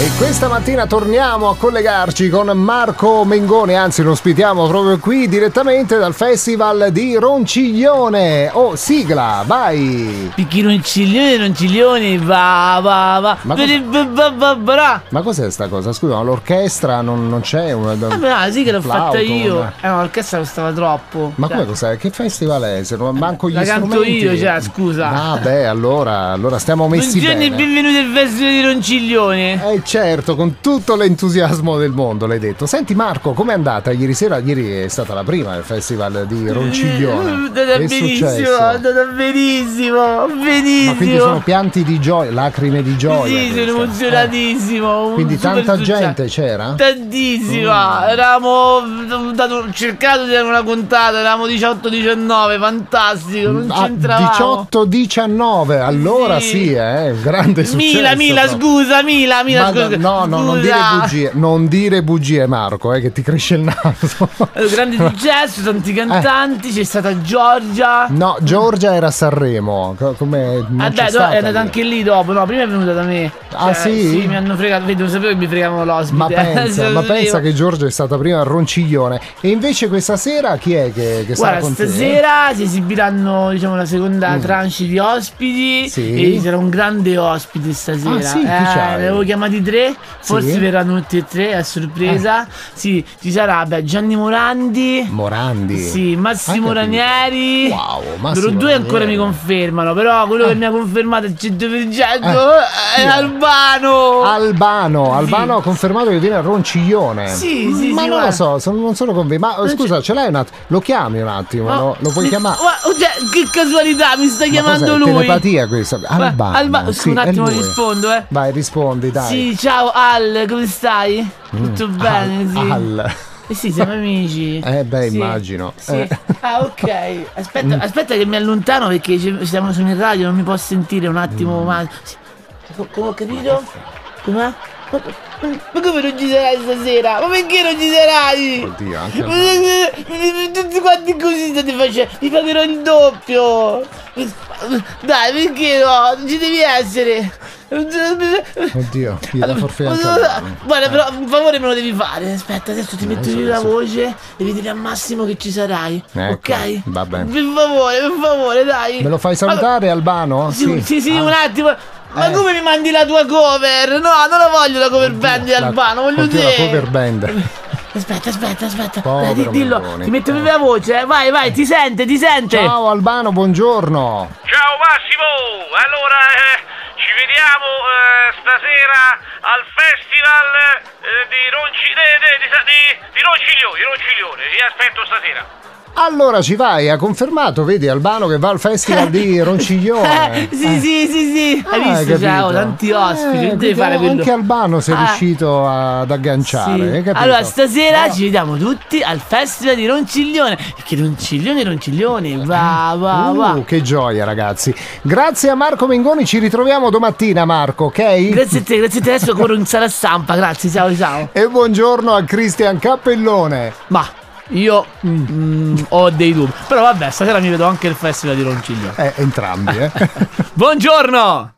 E questa mattina torniamo a collegarci con Marco Mengoni, anzi lo ospitiamo proprio qui direttamente dal Festival di Ronciglione. Oh, sigla, vai! Perché ronciglione, ronciglione, va, va, va. Ma Vedi, va, va, va, va. Ma cos'è sta cosa? Scusa, ma l'orchestra non, non c'è? Una, Ah, beh, ah, sì che l'ho un flauto, fatta io. una- Eh, ma l'orchestra costava troppo. Ma Cioè, come cos'è? Che festival è? Se non manco gli la canto strumenti. io, cioè, scusa. Ah beh, allora, allora stiamo messi Buongiorno e bene. benvenuti al Festival di Ronciglione. Eh certo, con tutto l'entusiasmo del mondo l'hai detto. Senti Marco, com'è andata ieri sera? Ieri è stata la prima del festival di Eh, È Ronciglione. andata Che è benissimo, è successo? andata benissimo, Ma quindi benissimo. sono pianti di gioia, lacrime di gioia. sì, sono questa. emozionatissimo. Eh, un Quindi super tanta successo. gente c'era? Oh. Tantissima, eravamo mm, dato- cercato di dare una contata, eravamo 18-19, fantastico, non Ah, c'entravamo. 18-19, allora sì, Sì. eh, grande successo. Mila, Mila, proprio. scusa, Mila, Mila, Ma no, scusa. no, no, non dire scusa. bugie, non dire bugie Marco, eh, che ti cresce il naso. Eh, Grande successo, tanti cantanti, c'è stata Giorgia. No, Giorgia era a Sanremo, co- come non Vabbè, c'è do- stata è andata lì. anche lì dopo, no, prima è venuta da me. Cioè, Ah, sì? mi hanno fregato, vedi, lo sapevo che mi fregavano l'ospite. Cioè, Ma pensa, Lo ma sapevo. pensa che Giorgia è stata prima a Ronciglione e invece questa sera chi è che, che sarà Guarda, con te? Mm. stasera si esibiranno diciamo, la seconda tranche di ospiti Sì. e ci sarà un grande ospite stasera. Ah, sì? Chi c'hai? eh, ne avevo chiamati tre, forse verranno tutti e tre a sorpresa. Eh. Sì, ci sarà beh, Gianni Morandi, Morandi. sì, Massimo Hai capito? Ranieri. Wow, Massimo Loro due ancora mi Ranieri. Ah. confermano, però quello che mi ha confermato al 100% Chi eh, è è? Albano. Albano, Sì. Albano ha confermato che viene a Ronciglione. Mm, Sì, sì, ma sì, non guarda. lo so, sono- non sono convinto. Ma eh, scusa, ce l'hai un attimo? Lo chiami un attimo, Ma- no? lo puoi mi- chiamare? ma- oh, cioè, che casualità, mi sta Ma chiamando cos'è? lui. Telepatia questa. Ma- Albano. Alba- sì, un è attimo lui. rispondo, eh. Vai, rispondi, dai. Mm. Sì, ciao Al, come stai? Tutto bene, Al- sì. Al. Eh sì, siamo amici. Eh, beh, Sì, immagino. sì. Eh. Mm. Ah, ok. Aspetta, aspetta che mi allontano perché ci- siamo su in radio, non mi può sentire un Mm. attimo, ma. sì. Co- Come ho capito? Com'è? Ma ma come non ci sarai stasera? Ma perché non ci sarai? Oddio, anche Albano. Tutti quanti così state facendo, vi pagherò il doppio. Dai, perché no? Non ci devi essere. Oddio, chi da forfè anche eh. Albano. Guarda, però un favore me lo devi fare. Aspetta, adesso ti metto adesso, io la adesso. voce. Devi dire a Massimo che ci sarai. Ecco, ok? va bene. Per favore, per favore, dai. Me lo fai salutare, Albano? Allora, sì, sì, sì, Ah, un attimo. Ma Eh. come mi mandi la tua cover? No, non la voglio la cover band di la- Albano, voglio oddio, te. la cover band. Aspetta, aspetta, aspetta. Povero Dai, di- dillo, Meloni. ti metto viva la voce, eh. vai, vai, ti sente, ti sente. Ciao Albano, buongiorno. Ciao Massimo, allora eh, ci vediamo eh, stasera al festival eh, di, Ronci- de- de- di- di- di Ronciglio- di Ronciglione, vi aspetto stasera. Allora ci vai, ha confermato, vedi Albano che va al festival di Ronciglione. Eh, sì, sì, sì, sì. Hai Ah, visto? capito. Ciao, tanti ospiti. Eh, non devi quindi fare quello. Anche Albano sei Ah, riuscito ad agganciare. sì. hai capito? Allora, stasera No. ci vediamo tutti al festival di Ronciglione. Che Ronciglione, Ronciglione, va, va, va. Uh, che gioia ragazzi. Grazie a Marco Mengoni, ci ritroviamo domattina Marco, ok? Grazie a te, grazie a te. Adesso corro in sala stampa. Grazie, ciao, ciao. E buongiorno a Cristian Cappellone. Ma io mm, ho dei dubbi. Però vabbè, stasera mi vedo anche il festival di Ronciglione. Eh, entrambi, eh. Buongiorno!